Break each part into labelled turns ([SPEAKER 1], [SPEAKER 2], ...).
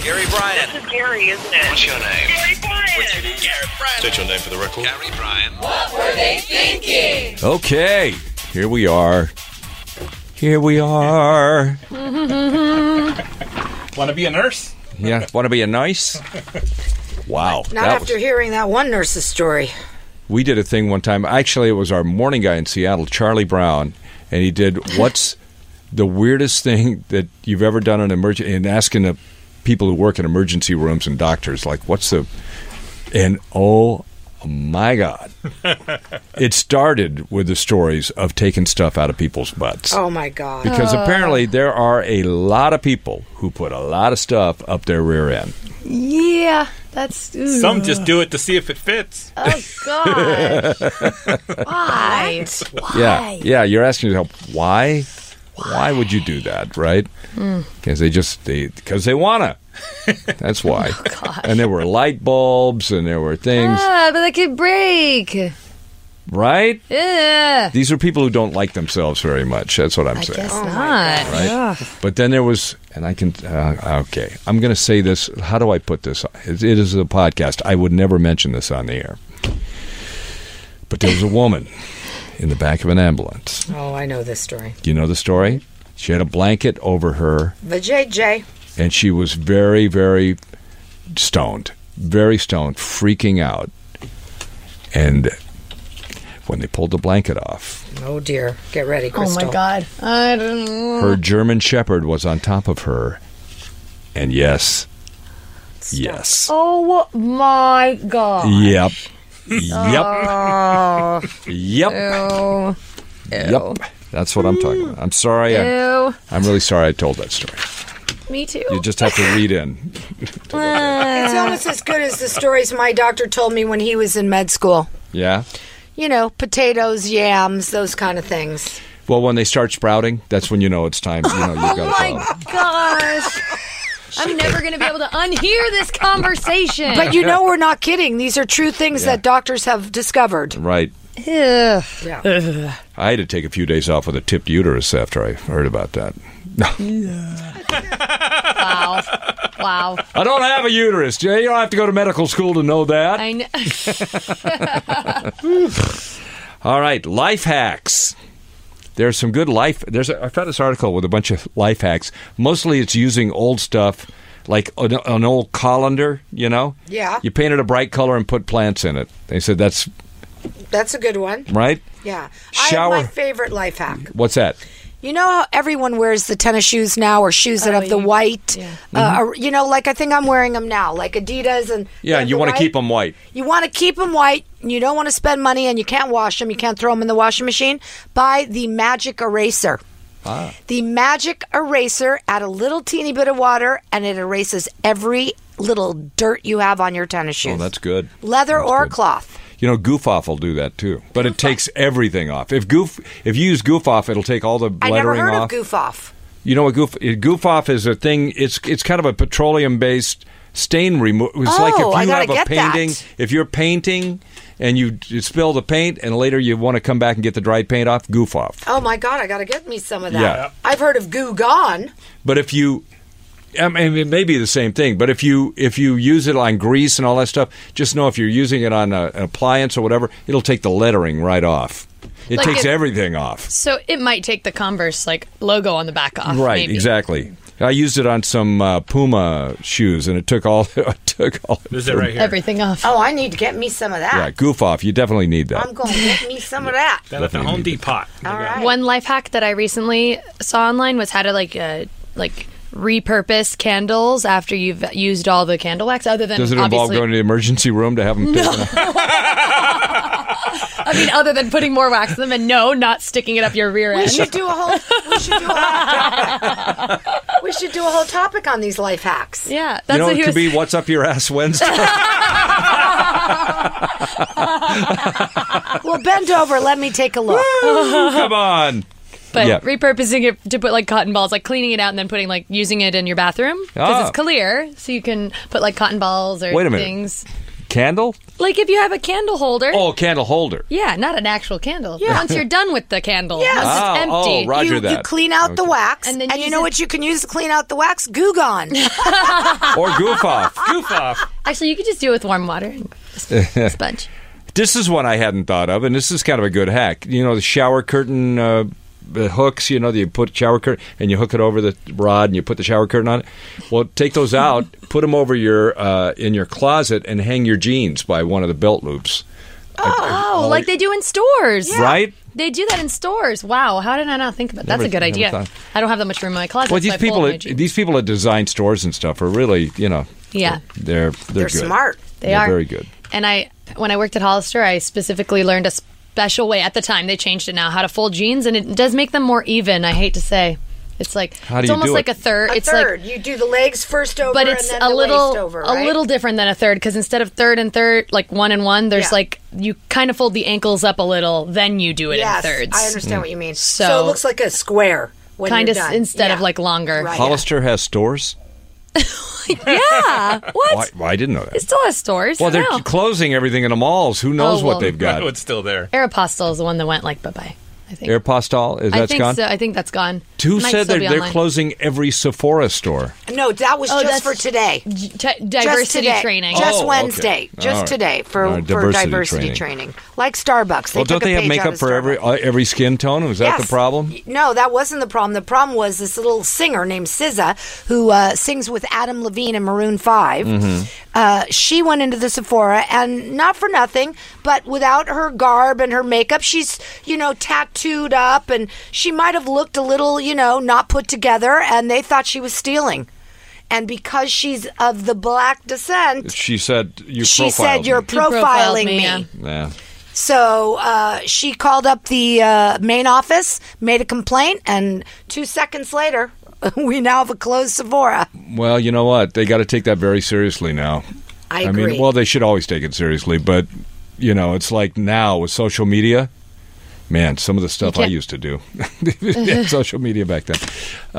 [SPEAKER 1] Gary Bryan.
[SPEAKER 2] This is Gary, isn't it?
[SPEAKER 1] What's your name?
[SPEAKER 2] Gary Bryan.
[SPEAKER 1] Gary Bryan.
[SPEAKER 3] State your name for the record.
[SPEAKER 1] Gary Bryan.
[SPEAKER 4] Okay, here we are. Here we are.
[SPEAKER 5] Want to be a nurse?
[SPEAKER 4] Yeah, want to be a nice? Wow.
[SPEAKER 6] Not
[SPEAKER 4] that
[SPEAKER 6] after
[SPEAKER 4] was-
[SPEAKER 6] hearing that one nurse's story.
[SPEAKER 4] we did a thing one time. Actually, it was our morning guy in Seattle, Charlie Brown, and he did what's the weirdest thing that you've ever done in emergency and asking the people who work in emergency rooms and doctors like what's the and oh my god. it started with the stories of taking stuff out of people's butts.
[SPEAKER 6] Oh my God.
[SPEAKER 4] Because apparently there are a lot of people who put a lot of stuff up their rear end.
[SPEAKER 7] Yeah, that's ooh.
[SPEAKER 5] Some just do it to see if it fits.
[SPEAKER 7] Oh gosh, why? Why?
[SPEAKER 4] Yeah, yeah. You're asking yourself why? Why, would you do that, right?
[SPEAKER 7] Hmm.
[SPEAKER 4] Because they just they because they wanna. That's why. and there were light bulbs and there were things,
[SPEAKER 7] Oh, Ah, but I could break.
[SPEAKER 4] right?
[SPEAKER 7] Yeah,
[SPEAKER 4] These are people who don't like themselves very much. That's what I'm
[SPEAKER 7] I
[SPEAKER 4] saying.
[SPEAKER 7] guess not. Ugh.
[SPEAKER 4] But then there was, and I can, uh, okay, I'm going to say this. How do I put this? It, it is a podcast. I would never mention this on the air. But there was a woman in the back of an ambulance.
[SPEAKER 6] Oh, I know this story.
[SPEAKER 4] Do you know the story? She had a blanket over her,
[SPEAKER 6] The JJ.
[SPEAKER 4] and she was very, very stoned, very stoned, freaking out. And when they pulled the blanket off,
[SPEAKER 6] Oh dear. Get ready,
[SPEAKER 7] Oh
[SPEAKER 6] Crystal.
[SPEAKER 7] my god, I don't know.
[SPEAKER 4] her German Shepherd was on top of her. And yes, yes.
[SPEAKER 7] Oh my god.
[SPEAKER 4] Yep. Yep. Yep.
[SPEAKER 7] Ew.
[SPEAKER 4] Yep. That's what I'm talking about. I'm sorry. I,
[SPEAKER 7] Ew.
[SPEAKER 4] I'm really sorry I told that story.
[SPEAKER 7] Me too.
[SPEAKER 4] You just have to read in.
[SPEAKER 6] It's almost as good as the stories my doctor told me when he was in med school.
[SPEAKER 4] Yeah.
[SPEAKER 6] You know, potatoes, yams, those kind of things.
[SPEAKER 4] Well, when they start sprouting, that's when you know it's time. You know you've got a problem.
[SPEAKER 7] Oh my gosh. I'm never going to be able to unhear this conversation.
[SPEAKER 6] But you know, we're not kidding. These are true things that doctors have discovered.
[SPEAKER 4] Right.
[SPEAKER 7] Ugh.
[SPEAKER 4] I had to take a few days off with a tipped uterus after I heard about that.
[SPEAKER 7] wow. Wow.
[SPEAKER 4] I don't have a uterus. You don't have to go to medical school to know that.
[SPEAKER 7] I know.
[SPEAKER 4] All right, life hacks. There's some good life. There's a, I found this article with a bunch of life hacks. Mostly, it's using old stuff like an, an old colander. You know,
[SPEAKER 6] Yeah.
[SPEAKER 4] You painted a bright color and put plants in it. They said that's
[SPEAKER 6] That's a good one.
[SPEAKER 4] right.
[SPEAKER 6] Yeah. I
[SPEAKER 4] Shower.
[SPEAKER 6] have my favorite life hack.
[SPEAKER 4] What's that?
[SPEAKER 6] You know how everyone wears the tennis shoes now, or shoes
[SPEAKER 7] Oh,
[SPEAKER 6] that have the white. Uh, or- you know, like I think I'm wearing them now, like Adidas and.
[SPEAKER 4] Yeah, you want to keep them white.
[SPEAKER 6] You want to keep them white. And you don't want to spend money, and you can't wash them. You can't throw them in the washing machine. Buy the magic eraser.
[SPEAKER 4] Ah.
[SPEAKER 6] The magic eraser. Add a little teeny bit of water, and it erases every little dirt you have on your tennis shoes.
[SPEAKER 4] Oh, that's good.
[SPEAKER 6] leather
[SPEAKER 4] That's
[SPEAKER 6] or
[SPEAKER 4] good.
[SPEAKER 6] cloth.
[SPEAKER 4] You know, Goof Off will do that too, but it takes everything off. If Goof, if you use Goof Off, it'll take all the
[SPEAKER 6] I
[SPEAKER 4] lettering
[SPEAKER 6] never heard
[SPEAKER 4] off.
[SPEAKER 6] of goof off.
[SPEAKER 4] You know what goof goof off is a thing. It's it's kind of a petroleum based stain removal. It's
[SPEAKER 6] Oh,
[SPEAKER 4] like if you
[SPEAKER 6] I gotta
[SPEAKER 4] have a
[SPEAKER 6] get that.
[SPEAKER 4] painting, if you're painting and you d- spill the paint, and later you want to come back and get the dried paint off, goof off.
[SPEAKER 6] Oh my god, I got to get me some of that.
[SPEAKER 4] Yeah.
[SPEAKER 6] I've heard of goo gone.
[SPEAKER 4] But if you I mean, it may be the same thing, but if you if you use it on grease and all that stuff, just know if you're using it on a, an appliance or whatever, it'll take the lettering right off. It
[SPEAKER 7] Like
[SPEAKER 4] takes
[SPEAKER 7] if-
[SPEAKER 4] everything off.
[SPEAKER 7] So it might take the Converse like logo on the back off.
[SPEAKER 4] Right,
[SPEAKER 7] maybe.
[SPEAKER 4] exactly. I used it on some uh, Puma shoes, and it took all it took all
[SPEAKER 5] Is it right here?
[SPEAKER 7] Everything off.
[SPEAKER 6] Oh, I need to get me some of that.
[SPEAKER 4] Yeah, goof off. You definitely need that.
[SPEAKER 6] I'm going to get me some of that.
[SPEAKER 5] Down at the
[SPEAKER 4] Definitely
[SPEAKER 5] Home
[SPEAKER 4] need
[SPEAKER 5] Depot.
[SPEAKER 6] All right.
[SPEAKER 7] One life hack that I recently saw online was how to like uh, like repurpose candles after you've used all the candle wax. Other than
[SPEAKER 4] Does it involve
[SPEAKER 7] obviously-
[SPEAKER 4] going to the emergency room to have them? No.
[SPEAKER 7] I mean, other than putting more wax in them, and no, not sticking it up your rear
[SPEAKER 6] we
[SPEAKER 7] end.
[SPEAKER 6] should do a whole. We should do a whole. Topic. We should do a whole topic on these life hacks.
[SPEAKER 7] yeah, that's
[SPEAKER 4] You know,
[SPEAKER 7] what
[SPEAKER 4] it
[SPEAKER 7] he
[SPEAKER 4] could
[SPEAKER 7] was.
[SPEAKER 4] be "What's Up Your Ass" Wednesday.
[SPEAKER 6] Well, bend over. Let me take a look.
[SPEAKER 4] Come on.
[SPEAKER 7] but
[SPEAKER 4] yeah.
[SPEAKER 7] repurposing it to put like cotton balls, like cleaning it out and then putting like using it in your bathroom
[SPEAKER 4] Ah.
[SPEAKER 7] because it's clear, so you can put like cotton balls or
[SPEAKER 4] Wait a minute.
[SPEAKER 7] things.
[SPEAKER 4] candle?
[SPEAKER 7] Like if you have a candle holder.
[SPEAKER 4] Oh, candle holder.
[SPEAKER 7] Yeah, not an actual candle. Once you're done with the candle,
[SPEAKER 6] Yes.
[SPEAKER 7] once
[SPEAKER 4] Oh,
[SPEAKER 7] it's
[SPEAKER 4] oh,
[SPEAKER 7] empty.
[SPEAKER 4] right. Roger
[SPEAKER 6] you, you
[SPEAKER 4] that.
[SPEAKER 6] clean out the wax, and,
[SPEAKER 7] And then
[SPEAKER 6] you
[SPEAKER 7] use
[SPEAKER 6] know
[SPEAKER 7] it-
[SPEAKER 6] what you can use to clean out the wax? Goo Gone.
[SPEAKER 4] Or goof off.
[SPEAKER 5] Goof off.
[SPEAKER 7] Actually, you could just do it with warm water and a sponge.
[SPEAKER 4] This is one I hadn't thought of, and this is kind of a good hack. You know, the shower curtain uh, the hooks. You know, that you put shower curtain and you hook it over the rod, and you put the shower curtain on it. Well, take those out, put them over your uh, in your closet, and hang your jeans by one of the belt loops.
[SPEAKER 7] Oh, like they do in stores.
[SPEAKER 4] Right?
[SPEAKER 7] They do that in stores. Wow, how did I not think about that? That's
[SPEAKER 4] Never-
[SPEAKER 7] a good
[SPEAKER 4] never
[SPEAKER 7] idea.
[SPEAKER 4] thought.
[SPEAKER 7] I don't have that much room in my closet.
[SPEAKER 4] Well,
[SPEAKER 7] so
[SPEAKER 4] these
[SPEAKER 7] I pull
[SPEAKER 4] people,
[SPEAKER 7] my
[SPEAKER 4] at,
[SPEAKER 7] jeans.
[SPEAKER 4] these people that design stores and stuff are really, you know,
[SPEAKER 7] Yeah.
[SPEAKER 4] they're they're,
[SPEAKER 6] They're
[SPEAKER 4] good.
[SPEAKER 6] smart.
[SPEAKER 7] They
[SPEAKER 4] They're
[SPEAKER 7] are
[SPEAKER 4] very good.
[SPEAKER 7] And I, when I worked at Hollister, I specifically learned a special way. At the time, they changed it now how to fold jeans, and it does make them more even. I hate to say, it's like
[SPEAKER 4] How do
[SPEAKER 7] it's
[SPEAKER 4] you
[SPEAKER 7] almost
[SPEAKER 4] do
[SPEAKER 7] like
[SPEAKER 4] it?
[SPEAKER 7] a third.
[SPEAKER 6] A
[SPEAKER 7] it's
[SPEAKER 6] third.
[SPEAKER 7] like,
[SPEAKER 6] you do the legs first over,
[SPEAKER 7] but it's
[SPEAKER 6] and then
[SPEAKER 7] a
[SPEAKER 6] the
[SPEAKER 7] little
[SPEAKER 6] waist over,
[SPEAKER 7] a
[SPEAKER 6] right?
[SPEAKER 7] little different than a third because instead of third and third, like one and one, there's
[SPEAKER 6] Yeah.
[SPEAKER 7] like you kind of fold the ankles up a little, then you do it
[SPEAKER 6] Yes,
[SPEAKER 7] in thirds.
[SPEAKER 6] I understand what you mean. So,
[SPEAKER 7] So-
[SPEAKER 6] it looks like a square. When
[SPEAKER 7] Kind
[SPEAKER 6] you're
[SPEAKER 7] of s-
[SPEAKER 6] done.
[SPEAKER 7] instead of
[SPEAKER 6] Yeah.
[SPEAKER 7] like longer.
[SPEAKER 6] Right.
[SPEAKER 4] Hollister has stores.
[SPEAKER 7] Yeah. What?
[SPEAKER 4] Why, why I didn't know that.
[SPEAKER 7] It still has stores.
[SPEAKER 4] Well, they're
[SPEAKER 7] No.
[SPEAKER 4] closing everything in the malls. Who knows
[SPEAKER 7] Oh,
[SPEAKER 4] what
[SPEAKER 7] well.
[SPEAKER 4] they've got?
[SPEAKER 5] Oh, it's still there.
[SPEAKER 7] Aeropostale is the one that went like bye bye. I think.
[SPEAKER 4] Airpostal is
[SPEAKER 7] I
[SPEAKER 4] that's
[SPEAKER 7] think
[SPEAKER 4] gone.
[SPEAKER 7] so. I think that's gone.
[SPEAKER 4] Who
[SPEAKER 7] Might
[SPEAKER 4] said
[SPEAKER 7] still
[SPEAKER 4] they're,
[SPEAKER 7] be
[SPEAKER 4] they're
[SPEAKER 7] online.
[SPEAKER 4] closing every Sephora store?
[SPEAKER 6] No, that was
[SPEAKER 7] Oh, that's-
[SPEAKER 6] just for today.
[SPEAKER 7] G- t- diversity
[SPEAKER 6] just today.
[SPEAKER 7] training.
[SPEAKER 4] Oh,
[SPEAKER 6] Just
[SPEAKER 4] okay.
[SPEAKER 6] Wednesday.
[SPEAKER 4] All
[SPEAKER 6] Just
[SPEAKER 4] right.
[SPEAKER 6] today for,
[SPEAKER 4] All right,
[SPEAKER 6] for
[SPEAKER 4] diversity
[SPEAKER 6] diversity training.
[SPEAKER 4] training.
[SPEAKER 6] Like Starbucks. They
[SPEAKER 4] well, don't
[SPEAKER 6] took a
[SPEAKER 4] they have
[SPEAKER 6] page out
[SPEAKER 4] makeup
[SPEAKER 6] of
[SPEAKER 4] for every
[SPEAKER 6] Starbucks.
[SPEAKER 4] uh, every skin tone? Was that the
[SPEAKER 6] Yes.
[SPEAKER 4] problem?
[SPEAKER 6] Y- No, that wasn't the problem. The problem was this little singer named SZA, who uh, sings with Adam Levine in Maroon 5.
[SPEAKER 4] Mm-hmm.
[SPEAKER 6] Uh, she went into the Sephora, and not for nothing, but without her garb and her makeup, she's, you know, tattooed up, and she might have looked a little, you know, not put together, and they thought she was stealing. And because she's of the black descent,
[SPEAKER 4] She said you
[SPEAKER 6] she
[SPEAKER 4] profiled
[SPEAKER 6] said, You're
[SPEAKER 4] me."
[SPEAKER 7] profiled
[SPEAKER 6] profiling
[SPEAKER 7] me,
[SPEAKER 6] me.
[SPEAKER 7] yeah.
[SPEAKER 4] Yeah.
[SPEAKER 6] So uh, she called up the uh, main office, made a complaint, and two seconds later, we now have a closed Sephora.
[SPEAKER 4] Well, you know what? They got to take that very seriously now.
[SPEAKER 6] I agree.
[SPEAKER 4] mean, well, they should always take it seriously, but you know, it's like now with social media. Man, some of the stuff I
[SPEAKER 7] can't-
[SPEAKER 4] used to do, social media back then.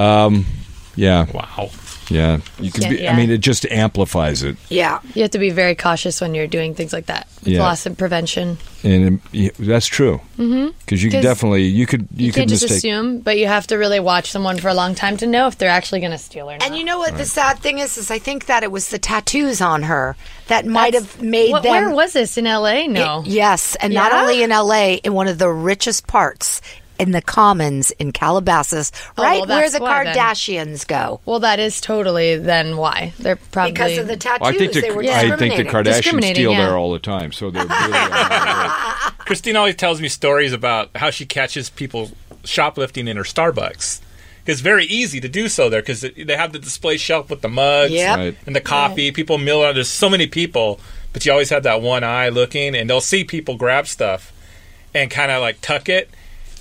[SPEAKER 4] Um, yeah,
[SPEAKER 5] Wow.
[SPEAKER 4] yeah. You can
[SPEAKER 7] Yeah,
[SPEAKER 4] be, I
[SPEAKER 7] yeah.
[SPEAKER 4] mean, it just amplifies it.
[SPEAKER 6] Yeah.
[SPEAKER 7] You have to be very cautious when you're doing things like that. With
[SPEAKER 4] Yeah.
[SPEAKER 7] Loss and prevention.
[SPEAKER 4] And it, that's true. Mm-hmm. Because you could
[SPEAKER 7] 'Cause
[SPEAKER 4] definitely you could you,
[SPEAKER 7] You,
[SPEAKER 4] could
[SPEAKER 7] can't just
[SPEAKER 4] mistake.
[SPEAKER 7] assume, but you have to really watch someone for a long time to know if they're actually going to steal or not.
[SPEAKER 6] And you know what the sad thing is? Is I think that it was the tattoos on her that might have made
[SPEAKER 7] What-
[SPEAKER 6] them.
[SPEAKER 7] Where was this in L.A.? No.
[SPEAKER 6] Yes, and not
[SPEAKER 7] Yeah?
[SPEAKER 6] only in L.A. in one of the richest parts in the Commons in Calabasas,
[SPEAKER 7] Oh,
[SPEAKER 6] right
[SPEAKER 7] well,
[SPEAKER 6] where
[SPEAKER 7] that's
[SPEAKER 6] the
[SPEAKER 7] why then.
[SPEAKER 6] Kardashians go.
[SPEAKER 7] Well, that is totally then why they're probably
[SPEAKER 6] Because of the tattoos,
[SPEAKER 4] I think the
[SPEAKER 6] they were
[SPEAKER 4] I think the
[SPEAKER 6] discriminating.
[SPEAKER 4] Kardashians
[SPEAKER 7] Discriminating,
[SPEAKER 4] steal
[SPEAKER 7] yeah.
[SPEAKER 4] there all the time, so they're really on their way.
[SPEAKER 5] Christine always tells me stories about how she catches people shoplifting in her Starbucks. It's very easy to do so there because they have the display shelf with the mugs
[SPEAKER 6] Yep.
[SPEAKER 4] Right.
[SPEAKER 5] and the coffee. People mill out. There's so many people, but you always have that one eye looking, and they'll see people grab stuff and kind of like tuck it.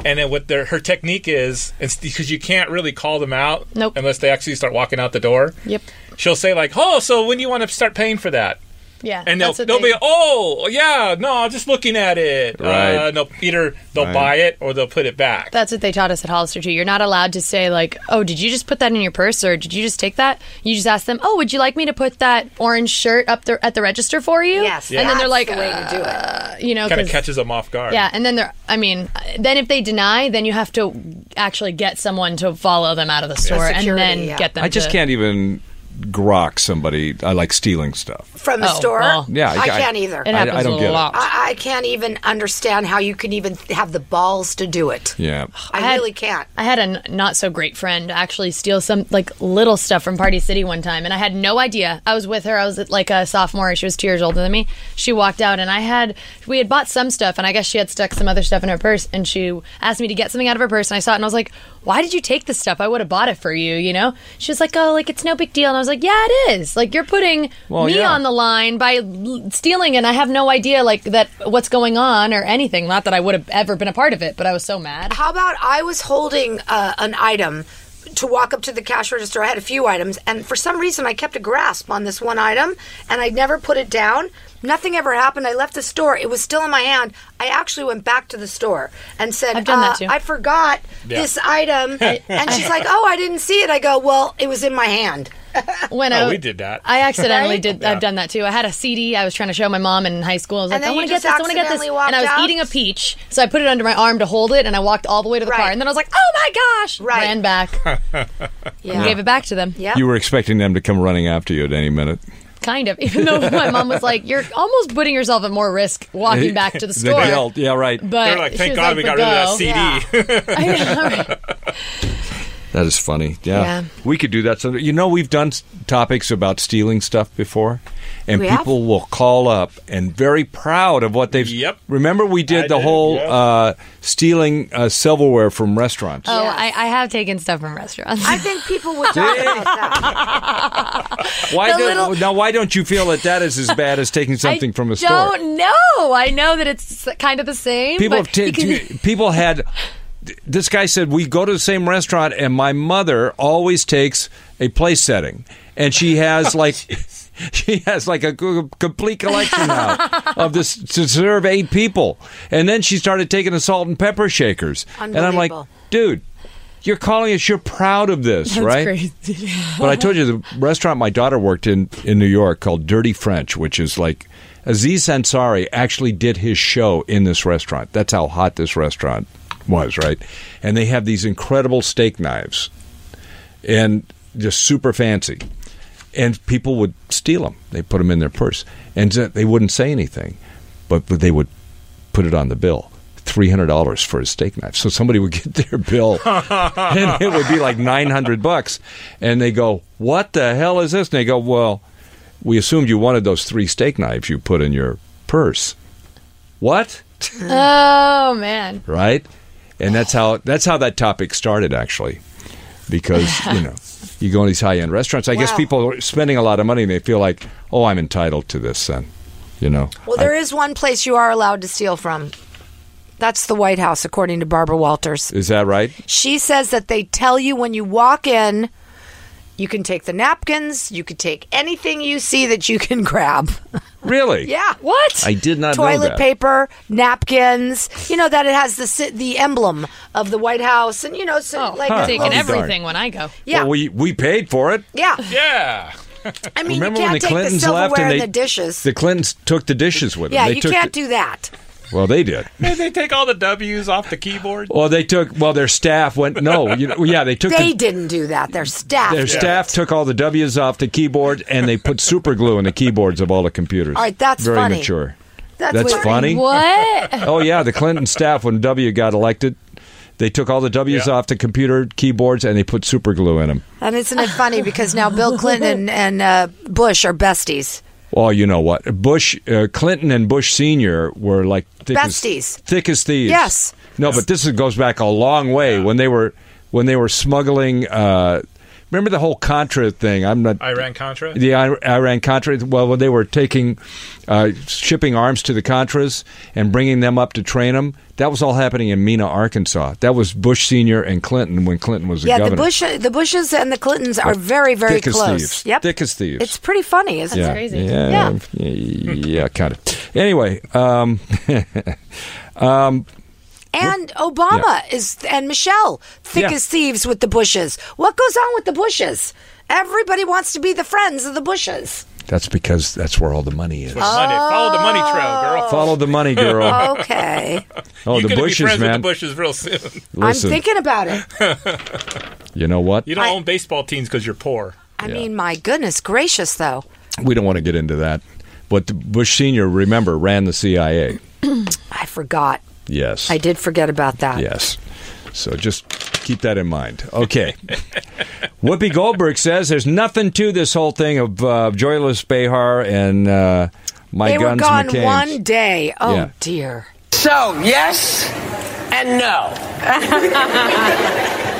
[SPEAKER 5] And then what their her technique is, it's because you can't really call them out
[SPEAKER 7] Nope.
[SPEAKER 5] unless they actually start walking out the door.
[SPEAKER 7] Yep.
[SPEAKER 5] She'll say like, "Oh, so when do you want to start paying for that?"
[SPEAKER 7] yeah,
[SPEAKER 5] and they'll,
[SPEAKER 7] that's what
[SPEAKER 5] they'll
[SPEAKER 7] they-
[SPEAKER 5] be oh yeah no i'm just looking at it
[SPEAKER 4] Right.
[SPEAKER 5] uh, and they'll either they'll
[SPEAKER 4] Right.
[SPEAKER 5] buy it or they'll put it back
[SPEAKER 7] That's what they taught us at Hollister too. You're not allowed to say like, "Oh, did you just put that in your purse?" or "Did you just take that?" You just ask them, "Oh, would you like me to put that orange shirt up there at the register for you?"
[SPEAKER 6] Yes,
[SPEAKER 7] and then they're
[SPEAKER 6] that's
[SPEAKER 7] like,
[SPEAKER 6] the way to do it.
[SPEAKER 7] uh, you know,
[SPEAKER 5] kind of
[SPEAKER 7] 'cause-
[SPEAKER 5] catches them off guard
[SPEAKER 7] yeah, and then they're. I mean, then if they deny, then you have to actually get someone to follow them out of the store
[SPEAKER 6] security,
[SPEAKER 7] and then
[SPEAKER 6] yeah.
[SPEAKER 7] get them.
[SPEAKER 4] I just
[SPEAKER 7] to-
[SPEAKER 4] can't even grok somebody. I like stealing stuff.
[SPEAKER 6] from the
[SPEAKER 7] Oh,
[SPEAKER 6] store.
[SPEAKER 7] well.
[SPEAKER 4] Yeah,
[SPEAKER 6] I,
[SPEAKER 4] I-
[SPEAKER 6] can't either.
[SPEAKER 7] It
[SPEAKER 4] I-
[SPEAKER 7] happens
[SPEAKER 4] I don't
[SPEAKER 7] a
[SPEAKER 4] get it.
[SPEAKER 7] lot.
[SPEAKER 6] I, I can't even understand how you can even have the balls to do it.
[SPEAKER 4] Yeah.
[SPEAKER 6] I,
[SPEAKER 7] I had-
[SPEAKER 6] really can't.
[SPEAKER 7] I had a n- not so great friend actually steal some like little stuff from Party City one time, and I had no idea. I was with her. I was like a sophomore. She was two years older than me. She walked out, and I had we had bought some stuff, and I guess she had stuck some other stuff in her purse. And she asked me to get something out of her purse, and I saw it, and I was like, "Why did you take this stuff? I would have bought it for you." You know? She was like, "Oh, like it's no big deal," and I was like, "Yeah, it is. Like you're putting
[SPEAKER 4] Well,
[SPEAKER 7] me
[SPEAKER 4] yeah.
[SPEAKER 7] on the line by l- stealing, and I have no idea like that what's going on or anything. Not that I would have ever been a part of it, but I was so mad."
[SPEAKER 6] How about I was holding uh, an item to walk up to the cash register. I had a few items, and for some reason, I kept a grasp on this one item, and I never put it down. Nothing ever happened. I left the store. It was still in my hand. I actually went back to the store and said,
[SPEAKER 7] I've done that
[SPEAKER 6] uh,
[SPEAKER 7] too.
[SPEAKER 6] I forgot
[SPEAKER 5] Yeah.
[SPEAKER 6] this item. and she's like, Oh, I didn't see it. I go, Well, it was in my hand.
[SPEAKER 7] when
[SPEAKER 5] Oh,
[SPEAKER 7] I,
[SPEAKER 5] we did that.
[SPEAKER 7] I accidentally
[SPEAKER 6] Right?
[SPEAKER 7] did.
[SPEAKER 5] Yeah.
[SPEAKER 7] I've done that too. I had a CD. I was trying to show my mom in high school. I was
[SPEAKER 6] And
[SPEAKER 7] like,
[SPEAKER 6] then
[SPEAKER 7] I
[SPEAKER 6] you
[SPEAKER 7] want to get
[SPEAKER 6] just
[SPEAKER 7] this. I want to get this.
[SPEAKER 6] accidentally walked
[SPEAKER 7] And I was
[SPEAKER 6] out?
[SPEAKER 7] eating a peach, so I put it under my arm to hold it, and I walked all the way to the
[SPEAKER 6] Right.
[SPEAKER 7] car. And then I was like, Oh my gosh!
[SPEAKER 6] Right.
[SPEAKER 7] Ran back,
[SPEAKER 6] Yeah.
[SPEAKER 7] gave it back to them.
[SPEAKER 6] Yeah.
[SPEAKER 4] You were expecting them to come running after you at any minute.
[SPEAKER 7] Kind of. Even though my mom was like, You're almost putting yourself at more risk walking back to the store.
[SPEAKER 4] guilt. Yeah, right.
[SPEAKER 7] But
[SPEAKER 5] They're like,
[SPEAKER 7] she
[SPEAKER 5] thank
[SPEAKER 7] was
[SPEAKER 5] God we
[SPEAKER 7] "But
[SPEAKER 5] got rid of that
[SPEAKER 7] go."
[SPEAKER 5] CD.
[SPEAKER 7] I know, right?
[SPEAKER 4] That is funny. Yeah.
[SPEAKER 7] Yeah.
[SPEAKER 4] We could do that. So, you know, we've done s- topics about stealing stuff before, and
[SPEAKER 6] We have?
[SPEAKER 4] people will call up and very proud of what they've.
[SPEAKER 5] Yep.
[SPEAKER 4] Remember, we did
[SPEAKER 5] I
[SPEAKER 4] the
[SPEAKER 5] did,
[SPEAKER 4] whole
[SPEAKER 5] yeah.
[SPEAKER 4] uh, stealing uh, silverware from restaurants.
[SPEAKER 7] Oh,
[SPEAKER 6] Yes.
[SPEAKER 7] I, I have taken stuff from restaurants.
[SPEAKER 6] I think people would talk about that.
[SPEAKER 4] why
[SPEAKER 7] the
[SPEAKER 4] do,
[SPEAKER 7] little-
[SPEAKER 4] now? Why don't you feel that that is as bad as taking something from a store?
[SPEAKER 7] I don't know. I know that it's kind of the same.
[SPEAKER 4] people
[SPEAKER 7] but
[SPEAKER 4] have t-
[SPEAKER 7] you can-
[SPEAKER 4] t- people had this guy said we go to the same restaurant and my mother always takes a place setting and she has like she has like a co- complete collection now of this to serve eight people and then she started taking the salt and pepper shakers and i'm like
[SPEAKER 6] Unbelievable.
[SPEAKER 4] dude you're calling us you're proud of this
[SPEAKER 7] That's
[SPEAKER 4] right
[SPEAKER 7] crazy.
[SPEAKER 4] but I told you the restaurant my daughter worked in in New York called Dirty French, which is like Aziz Ansari actually did his show in this restaurant. That's how hot this restaurant was, right? And they have these incredible steak knives and just super fancy. And people would steal them. They put them in their purse, and so they wouldn't say anything, but, but they would put it on the bill. Three hundred dollars for a steak knife. So somebody would get their bill, and it would be like nine hundred bucks. And they go, "What the hell is this?" And they go, "Well, we assumed you wanted those three steak knives you put in your purse." What?
[SPEAKER 7] Oh man.
[SPEAKER 4] right? And that's how that's how that topic started actually, because you know you go in these high end restaurants. I guess
[SPEAKER 6] Wow.
[SPEAKER 4] people are spending a lot of money and they feel like, oh, I'm entitled to this. Then, you know,
[SPEAKER 6] Well, there is one place you are allowed to steal from. That's the White House, according to Barbara Walters.
[SPEAKER 4] is that right?
[SPEAKER 6] She says that they tell you when you walk in, you can take the napkins, you can take anything you see that you can grab.
[SPEAKER 4] Really?
[SPEAKER 6] Yeah.
[SPEAKER 7] What?
[SPEAKER 4] I did not know
[SPEAKER 6] Toilet
[SPEAKER 4] that.
[SPEAKER 6] paper, napkins. You know that it has the si- the emblem of the White House, and you know, so
[SPEAKER 7] oh,
[SPEAKER 6] like
[SPEAKER 7] I'm
[SPEAKER 6] it
[SPEAKER 7] taking
[SPEAKER 6] looks-
[SPEAKER 4] every-
[SPEAKER 7] everything when I go.
[SPEAKER 6] Yeah,
[SPEAKER 4] Well, we we paid for it.
[SPEAKER 6] yeah.
[SPEAKER 5] Yeah.
[SPEAKER 6] I mean,
[SPEAKER 4] Remember
[SPEAKER 6] you
[SPEAKER 4] when
[SPEAKER 6] can't
[SPEAKER 4] the
[SPEAKER 6] take
[SPEAKER 4] Clintons
[SPEAKER 6] the silverware
[SPEAKER 4] left and they
[SPEAKER 6] the dishes.
[SPEAKER 4] The Clintons took the dishes with them.
[SPEAKER 6] yeah,
[SPEAKER 4] they
[SPEAKER 6] you
[SPEAKER 4] took
[SPEAKER 6] can't
[SPEAKER 4] the-
[SPEAKER 6] do that.
[SPEAKER 4] Well, they did.
[SPEAKER 5] Did they take all the W's off the keyboard?
[SPEAKER 4] Well, they took. Well, their staff went. No, you know, yeah, they took.
[SPEAKER 6] They
[SPEAKER 4] the,
[SPEAKER 6] didn't do that. Their staff.
[SPEAKER 4] their
[SPEAKER 6] did.
[SPEAKER 4] staff took all the W's off the keyboard and they put super glue in the keyboards of all the computers.
[SPEAKER 6] All right, that's
[SPEAKER 4] very
[SPEAKER 6] funny.
[SPEAKER 4] mature.
[SPEAKER 6] That's,
[SPEAKER 4] That's
[SPEAKER 6] weird.
[SPEAKER 4] funny.
[SPEAKER 7] What?
[SPEAKER 4] Oh yeah, the Clinton staff when W got elected, they took all the W's
[SPEAKER 5] Yeah.
[SPEAKER 4] off the computer keyboards and they put super glue in them.
[SPEAKER 6] And isn't it funny because now Bill Clinton and uh, Bush are besties.
[SPEAKER 4] Well, Oh, you know what? Bush, uh, Clinton, and Bush Senior were like thick
[SPEAKER 6] Besties.
[SPEAKER 4] as thick as thieves.
[SPEAKER 6] Yes.
[SPEAKER 4] No, but this is- goes back a long way when they were when they were smuggling. Uh, remember the whole Contra thing? I'm not.
[SPEAKER 5] Iran Contra?
[SPEAKER 4] the Ir- Iran Contra. Well, when they were taking, uh, shipping arms to the Contras and bringing them up to train them, that was all happening in Mena, Arkansas. That was Bush Senior and Clinton when Clinton was the
[SPEAKER 6] Yeah,
[SPEAKER 4] governor.
[SPEAKER 6] the Bush, uh, the Bushes and the Clintons are very, very
[SPEAKER 4] thick as
[SPEAKER 6] close.
[SPEAKER 4] thieves.
[SPEAKER 6] Yep,
[SPEAKER 4] Thick as thieves.
[SPEAKER 6] It's pretty funny, isn't
[SPEAKER 4] yeah.
[SPEAKER 6] it?
[SPEAKER 7] crazy.
[SPEAKER 4] Yeah, yeah, yeah, kind of. Anyway, um,
[SPEAKER 6] And Obama is and Michelle thick
[SPEAKER 4] Yeah.
[SPEAKER 6] as thieves with the Bushes. What goes on with the Bushes? Everybody wants to be the friends of the Bushes.
[SPEAKER 4] that's because that's where all the money is.
[SPEAKER 5] Money. Follow the money trail,
[SPEAKER 7] Oh.
[SPEAKER 5] girl.
[SPEAKER 4] Follow the money, girl.
[SPEAKER 6] Okay,
[SPEAKER 4] oh,
[SPEAKER 5] You're
[SPEAKER 4] the
[SPEAKER 5] gonna be
[SPEAKER 4] bushes,
[SPEAKER 5] friends
[SPEAKER 4] man.
[SPEAKER 5] with the Bushes real soon.
[SPEAKER 4] Listen,
[SPEAKER 6] I'm thinking about it.
[SPEAKER 4] you know what?
[SPEAKER 5] You don't
[SPEAKER 6] I-
[SPEAKER 5] own baseball teams because you're poor.
[SPEAKER 6] I mean, my goodness gracious, though.
[SPEAKER 4] we don't want to get into that. But Bush Senior, remember, ran the CIA.
[SPEAKER 6] I forgot.
[SPEAKER 4] Yes,
[SPEAKER 6] I did forget about that.
[SPEAKER 4] Yes. So just keep that in mind. Okay. Whoopi Goldberg says there's nothing to this whole thing of uh, Joyless Behar and uh, my
[SPEAKER 6] They were
[SPEAKER 4] guns
[SPEAKER 6] gone
[SPEAKER 4] McCain's.
[SPEAKER 6] one day. Oh
[SPEAKER 4] Yeah.
[SPEAKER 6] dear.
[SPEAKER 1] So, yes and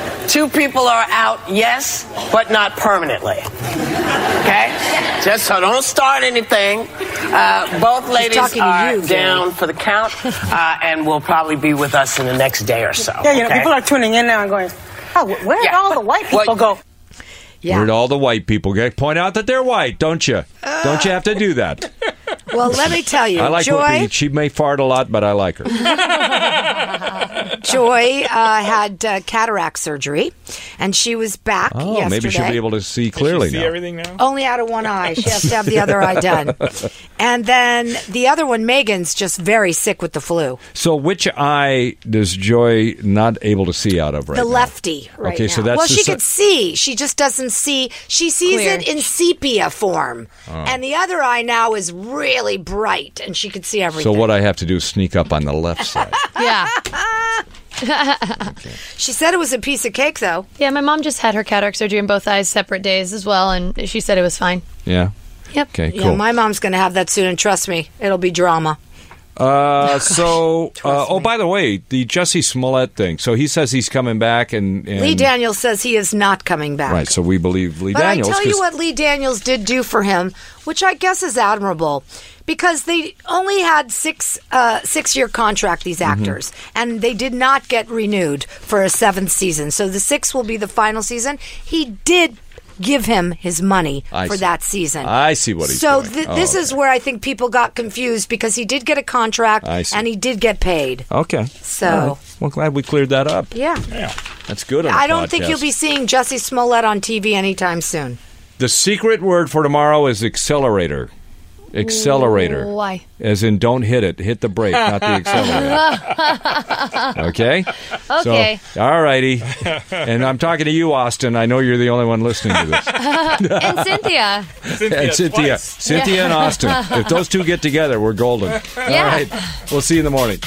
[SPEAKER 1] no. Two people are out, yes, but not permanently. Okay? Just so don't start anything. Uh, both ladies
[SPEAKER 6] talking to
[SPEAKER 1] are
[SPEAKER 6] you, Gary.
[SPEAKER 1] down for the count uh, and will probably be with us in the next day or so.
[SPEAKER 2] Yeah, you know,
[SPEAKER 1] okay?
[SPEAKER 2] people are tuning in now and going, oh, where did
[SPEAKER 1] Yeah.
[SPEAKER 2] all the white
[SPEAKER 1] Well,
[SPEAKER 2] people go?
[SPEAKER 6] Yeah.
[SPEAKER 4] Where'd all the white people get? Point out that they're white, don't you? Don't you have to do that?
[SPEAKER 6] Well, let me tell you,
[SPEAKER 4] I like
[SPEAKER 6] Joy.
[SPEAKER 4] Whoopi. She may fart a lot, but I like her.
[SPEAKER 6] Joy uh, had uh, cataract surgery, and she was back
[SPEAKER 4] Oh,
[SPEAKER 6] yesterday.
[SPEAKER 4] maybe she'll be able to see clearly
[SPEAKER 5] see
[SPEAKER 4] now.
[SPEAKER 5] everything now.
[SPEAKER 6] Only out of one eye. She has to have the other eye done. And then the other one, Megan's just very sick with the flu.
[SPEAKER 4] So, which eye does Joy not able to see out of right
[SPEAKER 6] the
[SPEAKER 4] now?
[SPEAKER 6] lefty right
[SPEAKER 4] Okay,
[SPEAKER 6] now.
[SPEAKER 4] so that's
[SPEAKER 6] well,
[SPEAKER 4] the
[SPEAKER 6] she
[SPEAKER 4] se-
[SPEAKER 6] could see. She just doesn't see. She sees
[SPEAKER 7] Clear.
[SPEAKER 6] it in sepia form.
[SPEAKER 4] Oh.
[SPEAKER 6] And the other eye now is really bright, and she could see
[SPEAKER 4] So,
[SPEAKER 6] everything.
[SPEAKER 4] what I have to do is sneak up on the left side.
[SPEAKER 7] Yeah.
[SPEAKER 6] she said it was a piece of cake, though.
[SPEAKER 7] Yeah, my mom just had her cataract surgery in both eyes separate days as well, and she said it was fine.
[SPEAKER 4] Yeah.
[SPEAKER 7] Yep.
[SPEAKER 4] Okay. Cool.
[SPEAKER 6] Yeah, my mom's going to have that soon, and trust me, it'll be drama. Oh,
[SPEAKER 4] Uh, so, uh, oh, by the way, the Jesse Smollett thing. So he says he's coming back, and, and
[SPEAKER 6] Lee Daniels says he is not coming back.
[SPEAKER 4] Right. So we believe Lee
[SPEAKER 6] But
[SPEAKER 4] Daniels.
[SPEAKER 6] I tell
[SPEAKER 4] 'cause-
[SPEAKER 6] you what Lee Daniels did do for him, which I guess is admirable, because they only had six uh, six year contract these
[SPEAKER 4] Mm-hmm.
[SPEAKER 6] actors, and they did not get renewed for a seventh season. So the six will be the final season. He did give him his money
[SPEAKER 4] I
[SPEAKER 6] for
[SPEAKER 4] see.
[SPEAKER 6] that season.
[SPEAKER 4] I see what he's
[SPEAKER 6] so
[SPEAKER 4] doing.
[SPEAKER 6] th-
[SPEAKER 4] Oh,
[SPEAKER 6] this is
[SPEAKER 4] okay.
[SPEAKER 6] where I think people got confused because he did get a contract
[SPEAKER 4] I see. Uh,
[SPEAKER 6] and he did get paid.
[SPEAKER 4] Okay.
[SPEAKER 6] So-
[SPEAKER 4] All right. well, glad we cleared that up.
[SPEAKER 6] Yeah.
[SPEAKER 4] That's good. on
[SPEAKER 6] I
[SPEAKER 4] the
[SPEAKER 6] don't think
[SPEAKER 4] podcast.
[SPEAKER 6] you'll be seeing Jesse Smollett on TV anytime soon.
[SPEAKER 4] The secret word for tomorrow is accelerator. Accelerator.
[SPEAKER 7] Why?
[SPEAKER 4] As in, don't hit it. Hit the brake, not the accelerator. okay.
[SPEAKER 7] Okay.
[SPEAKER 4] So, all righty. And I'm talking to you, Austin. I know you're the only one listening to this.
[SPEAKER 7] And Cynthia.
[SPEAKER 5] Cynthia,
[SPEAKER 4] and Cynthia,
[SPEAKER 5] twice.
[SPEAKER 4] Cynthia and Austin. If those two get together, we're golden. All
[SPEAKER 7] Yeah.
[SPEAKER 4] right. We'll see you in the morning.